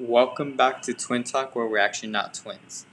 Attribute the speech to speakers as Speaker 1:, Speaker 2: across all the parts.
Speaker 1: Welcome back to Twin Talk, where we're actually not twins.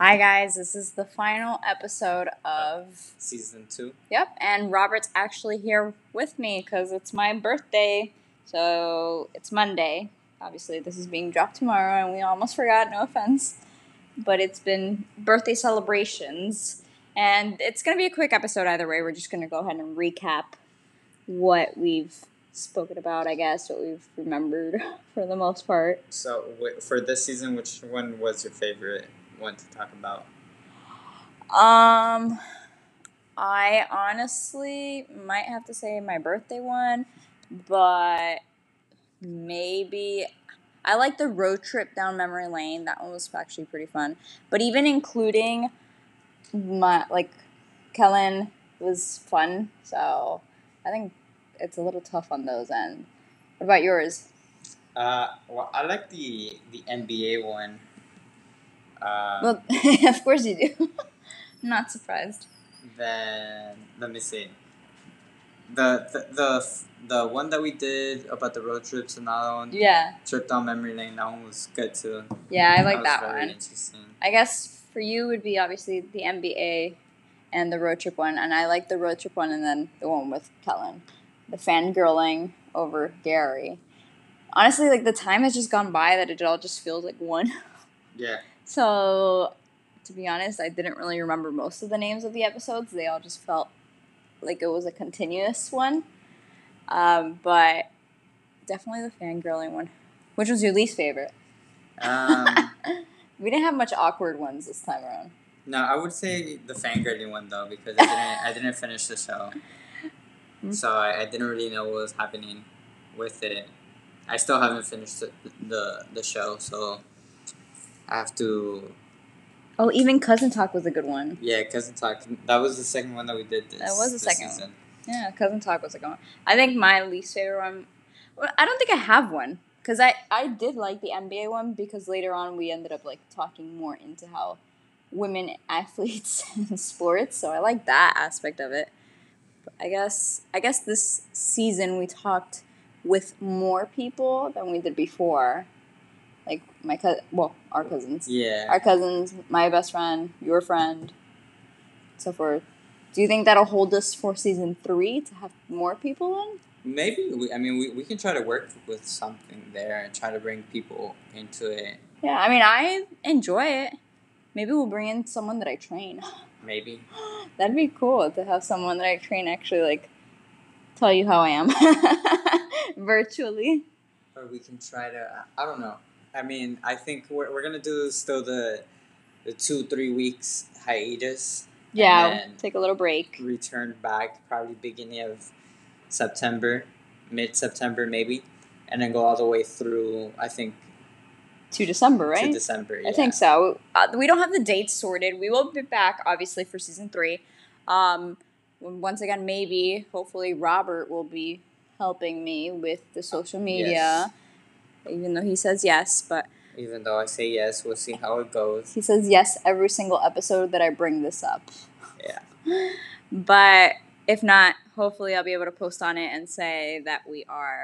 Speaker 2: Hi guys, this is the final episode of
Speaker 1: Season two.
Speaker 2: Yep, and Robert's actually here with me because it's my birthday. So it's Monday. Obviously, this is being dropped tomorrow, and we almost forgot. No offense, but it's been birthday celebrations, and it's gonna be a quick episode either way. We're just gonna go ahead and recap what we've spoken about, I guess, what we've remembered for the most part.
Speaker 1: So w- for this season, which one was your favorite one to talk about?
Speaker 2: Um, I honestly might have to say my birthday one, but maybe I like the road trip down memory lane. That one was actually pretty fun. But even including my like Kellen was fun, so I think it's a little tough on those end. What about yours?
Speaker 1: Uh, well, I like the the NBA one. Uh,
Speaker 2: Well, of course you do. I'm not surprised.
Speaker 1: then let me see. The, the the the one that we did about the road trips and that one
Speaker 2: Yeah,
Speaker 1: trip down memory lane. That one was good too.
Speaker 2: yeah, I like
Speaker 1: was
Speaker 2: that
Speaker 1: very
Speaker 2: one.
Speaker 1: Interesting.
Speaker 2: I guess for you would be obviously the MBA and the road trip one, and I like the road trip one, and then the one with Kellen, the fangirling over Gary. Honestly, like the time has just gone by that it all just feels like one.
Speaker 1: Yeah.
Speaker 2: So, to be honest, I didn't really remember most of the names of the episodes. They all just felt like it was a continuous one. Um, but definitely the fangirling one. Which was your least favorite?
Speaker 1: Um,
Speaker 2: We didn't have much awkward ones this time around.
Speaker 1: no, I would say the fangirling one though because I didn't I didn't finish the show,
Speaker 2: Mm-hmm.
Speaker 1: so I, I didn't really know what was happening with it. I still haven't finished the the, the show, so I have to
Speaker 2: Oh, even cousin talk was a good one.
Speaker 1: yeah. Cousin talk. That was the second one that we did. This,
Speaker 2: That was the
Speaker 1: this
Speaker 2: second
Speaker 1: season.
Speaker 2: Yeah, cousin talk was a good one. I think my least favorite one. Well, I don't think I have one because I I did like the NBA one because later on we ended up like talking more into how women athletes and sports. So I like that aspect of it. But I guess I guess this season we talked with more people than we did before. Like my cousin, well, our cousins.
Speaker 1: Yeah.
Speaker 2: our cousins, my best friend, your friend, so forth. Do you think that'll hold us for season three to have more people in?
Speaker 1: Maybe we, I mean we, we can try to work with something there and try to bring people into it.
Speaker 2: Yeah, I mean, I enjoy it. Maybe we'll bring in someone that I train.
Speaker 1: Maybe.
Speaker 2: That'd be cool to have someone that I train actually like tell you how I am virtually.
Speaker 1: or we can try to i I don't know i mean i think we're, we're gonna do still the the two three weeks hiatus
Speaker 2: Yeah,
Speaker 1: then-
Speaker 2: take a little break.
Speaker 1: return back probably beginning of september mid-september maybe and then go all the way through i think
Speaker 2: To December,
Speaker 1: to
Speaker 2: right?
Speaker 1: december
Speaker 2: I think so. Uh, we don't have the dates sorted. We will be back, obviously, for season three. Um, once again, maybe, hopefully, Robert will be helping me with the social media, even though he says yes, but
Speaker 1: even though i say yes we'll see how it goes
Speaker 2: he says yes every single episode that I bring this up.
Speaker 1: Yeah.
Speaker 2: But if not, hopefully, I'll be able to post on it and say that we are,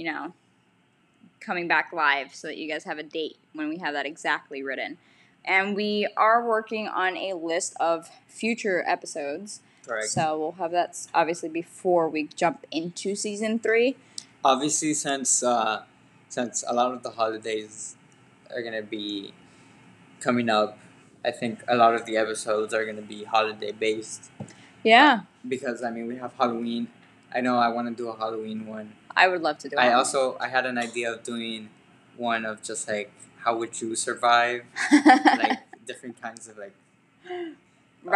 Speaker 2: you know, coming back live so that you guys have a date when we have that exactly written. And we are working on a list of future episodes.
Speaker 1: correct
Speaker 2: So we'll have that s- obviously before we jump into season three.
Speaker 1: obviously since uh since a lot of the holidays are gonna be coming up i think a lot of the episodes are gonna be holiday based
Speaker 2: Yeah.
Speaker 1: because I mean we have Halloween. I know I want to do a Halloween one.
Speaker 2: I would love to do
Speaker 1: I
Speaker 2: one.
Speaker 1: also I had an idea of doing one of just like how would you survive, like different kinds of like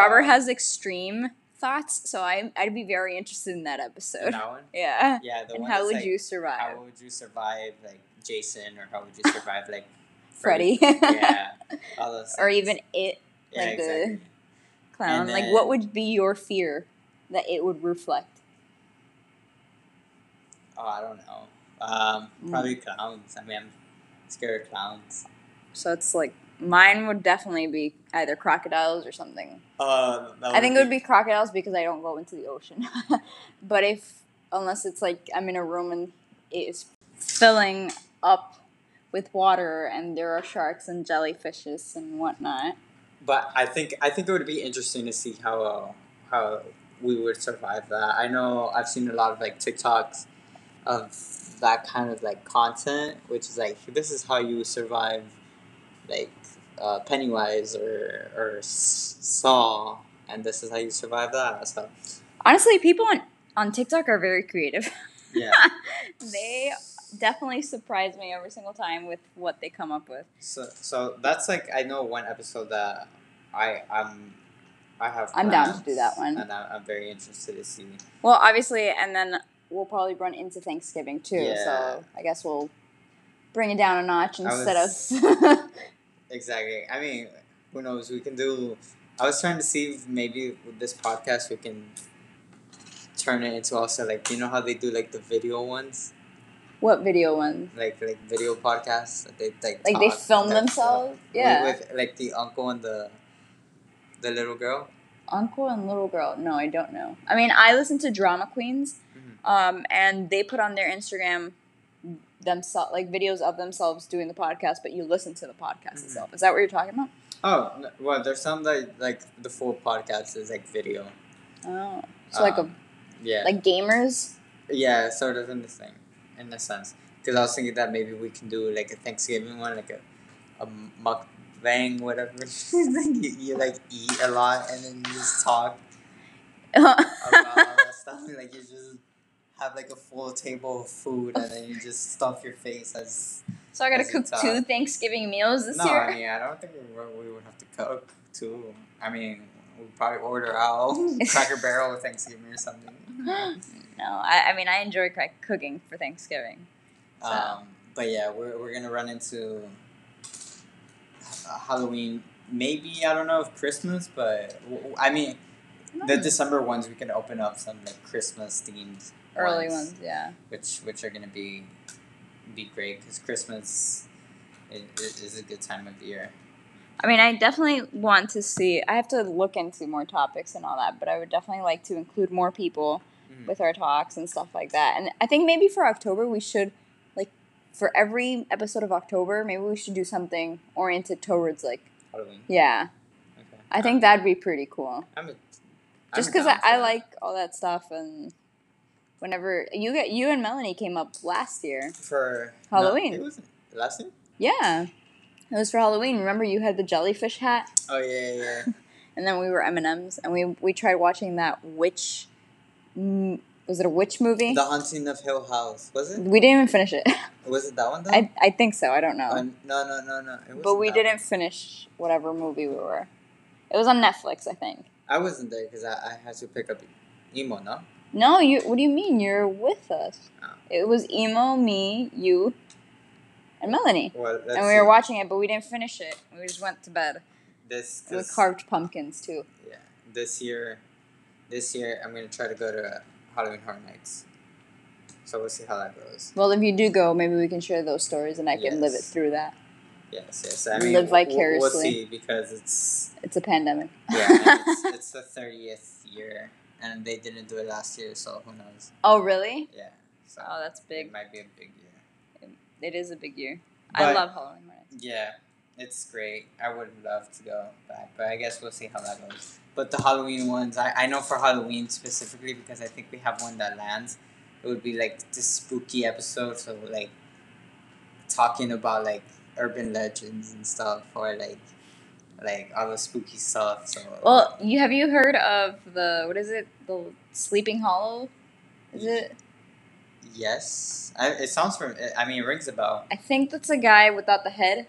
Speaker 2: Robert
Speaker 1: Uh,
Speaker 2: has extreme thoughts, so I, I'd be very interested in that episode.
Speaker 1: that one.
Speaker 2: Yeah.
Speaker 1: Yeah, the
Speaker 2: and
Speaker 1: one
Speaker 2: how
Speaker 1: that's
Speaker 2: would
Speaker 1: like,
Speaker 2: you survive?
Speaker 1: how would you survive like Jason or how would you survive like
Speaker 2: Freddy,
Speaker 1: yeah, all those
Speaker 2: or
Speaker 1: things.
Speaker 2: even it
Speaker 1: yeah,
Speaker 2: like the-
Speaker 1: exactly.
Speaker 2: clown.
Speaker 1: And
Speaker 2: like, what
Speaker 1: then-
Speaker 2: would be your fear that it would reflect?
Speaker 1: Oh, I don't know. Um,
Speaker 2: Mm.
Speaker 1: probably clowns. I mean, I'm scared of clowns.
Speaker 2: So it's like mine would definitely be either crocodiles or something.
Speaker 1: Uh, that
Speaker 2: I think it would be crocodiles because I don't go into the ocean. but if unless it's like I'm in a room and it is filling up with water and there are sharks and jellyfishes and whatnot.
Speaker 1: But I think I think it would be interesting to see how uh, how we would survive that. I know I've seen a lot of like TikToks of that kind of like content, which is like this is how you survive, like uh, Pennywise or or S- Saw, and this is how you survive that. So
Speaker 2: Honestly, people on on TikTok are very creative.
Speaker 1: yeah.
Speaker 2: they definitely surprise me every single time with what they come up with.
Speaker 1: So so that's like I know one episode that I I'm I have.
Speaker 2: I'm down
Speaker 1: plans,
Speaker 2: to do that one.
Speaker 1: and I'm, I'm very interested to see.
Speaker 2: Well, obviously, and then we'll probably run into Thanksgiving too.
Speaker 1: Yeah.
Speaker 2: So I guess we'll bring it down a notch
Speaker 1: was-
Speaker 2: instead of.
Speaker 1: Exactly. I mean, who knows? We can do. I was trying to see if maybe with this podcast we can turn it into also like you know how they do like the video ones
Speaker 2: what video one?
Speaker 1: like like video podcasts that they like
Speaker 2: Like they
Speaker 1: talk
Speaker 2: film
Speaker 1: and that stuff.
Speaker 2: themselves? Yeah.
Speaker 1: with, with like the uncle and the the little girl
Speaker 2: Uncle and Little Girl. No, I don't know. I mean, I listen to Drama Queens,
Speaker 1: Mhm.
Speaker 2: um, and they put on their Instagram themselves like videos of themselves doing the podcast, but you listen to the podcast
Speaker 1: Mhm.
Speaker 2: itself. Is that what you're talking about?
Speaker 1: oh no, well there's some that like the full podcast is like video
Speaker 2: Oh, so like a
Speaker 1: Um, yeah
Speaker 2: like gamers.
Speaker 1: Yeah, sort of in the thing, in a sense. Because I was thinking that maybe we can do like a Thanksgiving one, like a, a mukbang, whatever. you, you like eat a lot and then you just talk Oh, about all that stuff. Like you just have like a full table of food and then you just stuff your face as.
Speaker 2: so I gotta
Speaker 1: As you
Speaker 2: cook
Speaker 1: talk.
Speaker 2: two Thanksgiving meals this
Speaker 1: no,
Speaker 2: year.
Speaker 1: I mean, I don't think we, would- we would have to cook too. I mean, we'd probably order out Cracker Barrel with Thanksgiving or something.
Speaker 2: No, I, I mean I enjoy cra- cooking for Thanksgiving. So.
Speaker 1: Um, but yeah, we're, we're gonna run into uh, Halloween. Maybe I don't know if Christmas, but w- w- I mean the
Speaker 2: Mm.
Speaker 1: December ones we can open up some like Christmas themed
Speaker 2: early ones, yeah.
Speaker 1: which which are gonna be be great because Christmas is, is a good time of year.
Speaker 2: I mean, I definitely want to see. I have to look into more topics and all that, but I would definitely like to include more people
Speaker 1: Mhm.
Speaker 2: with our talks and stuff like that. And I think maybe for October we should like for every episode of October, maybe we should do something oriented towards like
Speaker 1: Halloween.
Speaker 2: yeah.
Speaker 1: Okay.
Speaker 2: I think that'd be pretty cool.
Speaker 1: I'm a, I'm
Speaker 2: Just because I,
Speaker 1: down for
Speaker 2: I
Speaker 1: that.
Speaker 2: like all that stuff and whenever you get you and Melanie came up last year.
Speaker 1: for no,
Speaker 2: Halloween.
Speaker 1: it wasn't last year.
Speaker 2: Yeah. It was for Halloween. Remember you had the jellyfish hat
Speaker 1: Oh yeah, yeah. yeah.
Speaker 2: and then we were M&Ms and we we tried watching that witch m- was it a witch movie?
Speaker 1: the Haunting of Hill House was it?
Speaker 2: we didn't even finish it.
Speaker 1: Was it that one though?
Speaker 2: Mm. I, I think so. I don't know.
Speaker 1: Oh, no, no, no, no. It
Speaker 2: but
Speaker 1: wasn't
Speaker 2: we
Speaker 1: that one.
Speaker 2: didn't finish whatever movie we were. It was on Netflix, I think.
Speaker 1: I wasn't there because I, I had to pick up emo. No,
Speaker 2: No, you. What do you mean? You're with us.
Speaker 1: Oh.
Speaker 2: It was emo, me, you, and Melanie,
Speaker 1: well, let's
Speaker 2: and we
Speaker 1: see.
Speaker 2: were watching it, but we didn't finish it. We just went to bed.
Speaker 1: this.
Speaker 2: And we
Speaker 1: 'cause-
Speaker 2: carved pumpkins too.
Speaker 1: Yeah, this year, this year I'm gonna try to go to Halloween Horror Nights. So we'll see how that goes.
Speaker 2: Well, if you do go, maybe we can share those stories, and I can live it
Speaker 1: Yes.
Speaker 2: through that.
Speaker 1: Yes, yes. I mean,
Speaker 2: Live
Speaker 1: we'll- We'll, we'll
Speaker 2: vicariously.
Speaker 1: see because it's
Speaker 2: It's a pandemic.
Speaker 1: yeah, and it's, it's the thirtieth year, and they didn't do it last year, so who knows?
Speaker 2: oh, really?
Speaker 1: Yeah. So
Speaker 2: Oh, that's
Speaker 1: It
Speaker 2: big.
Speaker 1: might be a big year.
Speaker 2: It is a big year. I
Speaker 1: But-
Speaker 2: love Halloween. Horror Nights.
Speaker 1: Yeah, it's great. I would love to go back, but I guess we'll see how that goes. But the Halloween ones, I, I know for Halloween specifically because I think we have one that lands. It would be like this spooky episode, so like talking about like urban legends and stuff, or like like all the spooky stuff. So
Speaker 2: Well, you have you heard of the what is it? The Sleeping Hollow? Is it?
Speaker 1: yes, I, it sounds from. I mean, it rings a bell.
Speaker 2: I think that's a guy without the head.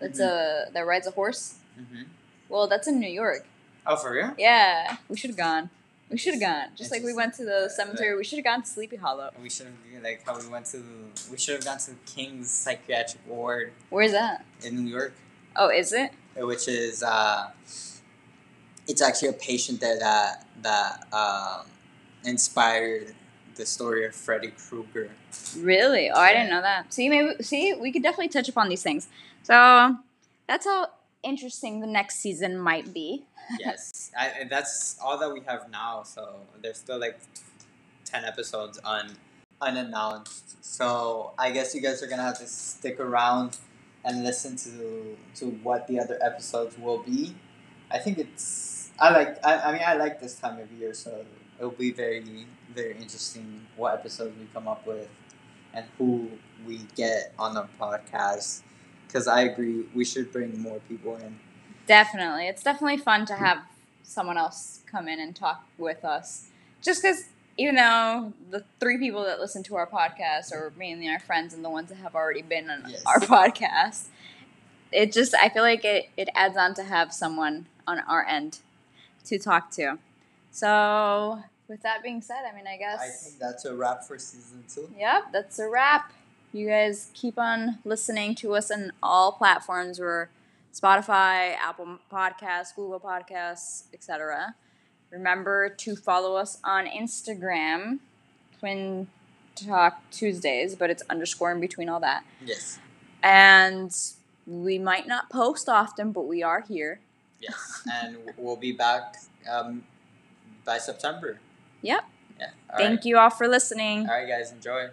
Speaker 2: That's
Speaker 1: Mm-hmm.
Speaker 2: a that rides a horse.
Speaker 1: hmm
Speaker 2: Well, that's in New York.
Speaker 1: Oh, for real?
Speaker 2: Yeah, we should have gone. We should have gone. Just like we went to the cemetery, we should have gone to Sleepy Hollow.
Speaker 1: We should have like how we went to we should have gone to King's psychiatric ward
Speaker 2: Where's that?
Speaker 1: in New York,
Speaker 2: Oh, is it?
Speaker 1: which is uh, it's actually a patient there that that um, inspired the story of Freddy Krueger.
Speaker 2: Really? Oh, I didn't
Speaker 1: Yeah.
Speaker 2: know that. See, maybe see, we could definitely touch upon these things. So that's how interesting the next season might be.
Speaker 1: yes, I, and that's all that we have now. So there's still like ten episodes un unannounced. So I guess you guys are gonna have to stick around and listen to to what the other episodes will be. I think it's I like I, I mean I like this time of year, so it'll be very very interesting what episodes we come up with and who we get on the podcast. Because I agree, we should bring more people in.
Speaker 2: Definitely. It's definitely fun to have someone else come in and talk with us. Just because, even though the three people that listen to our podcast are mainly our friends and the ones that have already been on
Speaker 1: Yes.
Speaker 2: our podcast, it just, I feel like it, it adds on to have someone on our end to talk to. So, with that being said, I mean, I guess.
Speaker 1: I think that's a wrap for season two.
Speaker 2: Yep, that's a wrap. You guys keep on listening to us on all platforms. We're Spotify, Apple Podcasts, Google Podcasts, etc. Remember to follow us on Instagram, Twin Talk Tuesdays, but it's underscore in between all that.
Speaker 1: Yes.
Speaker 2: And we might not post often, but we are here.
Speaker 1: Yes. and we'll be back um, by September.
Speaker 2: Yep.
Speaker 1: Yeah. All
Speaker 2: Thank you all for listening.
Speaker 1: All right, guys. Enjoy.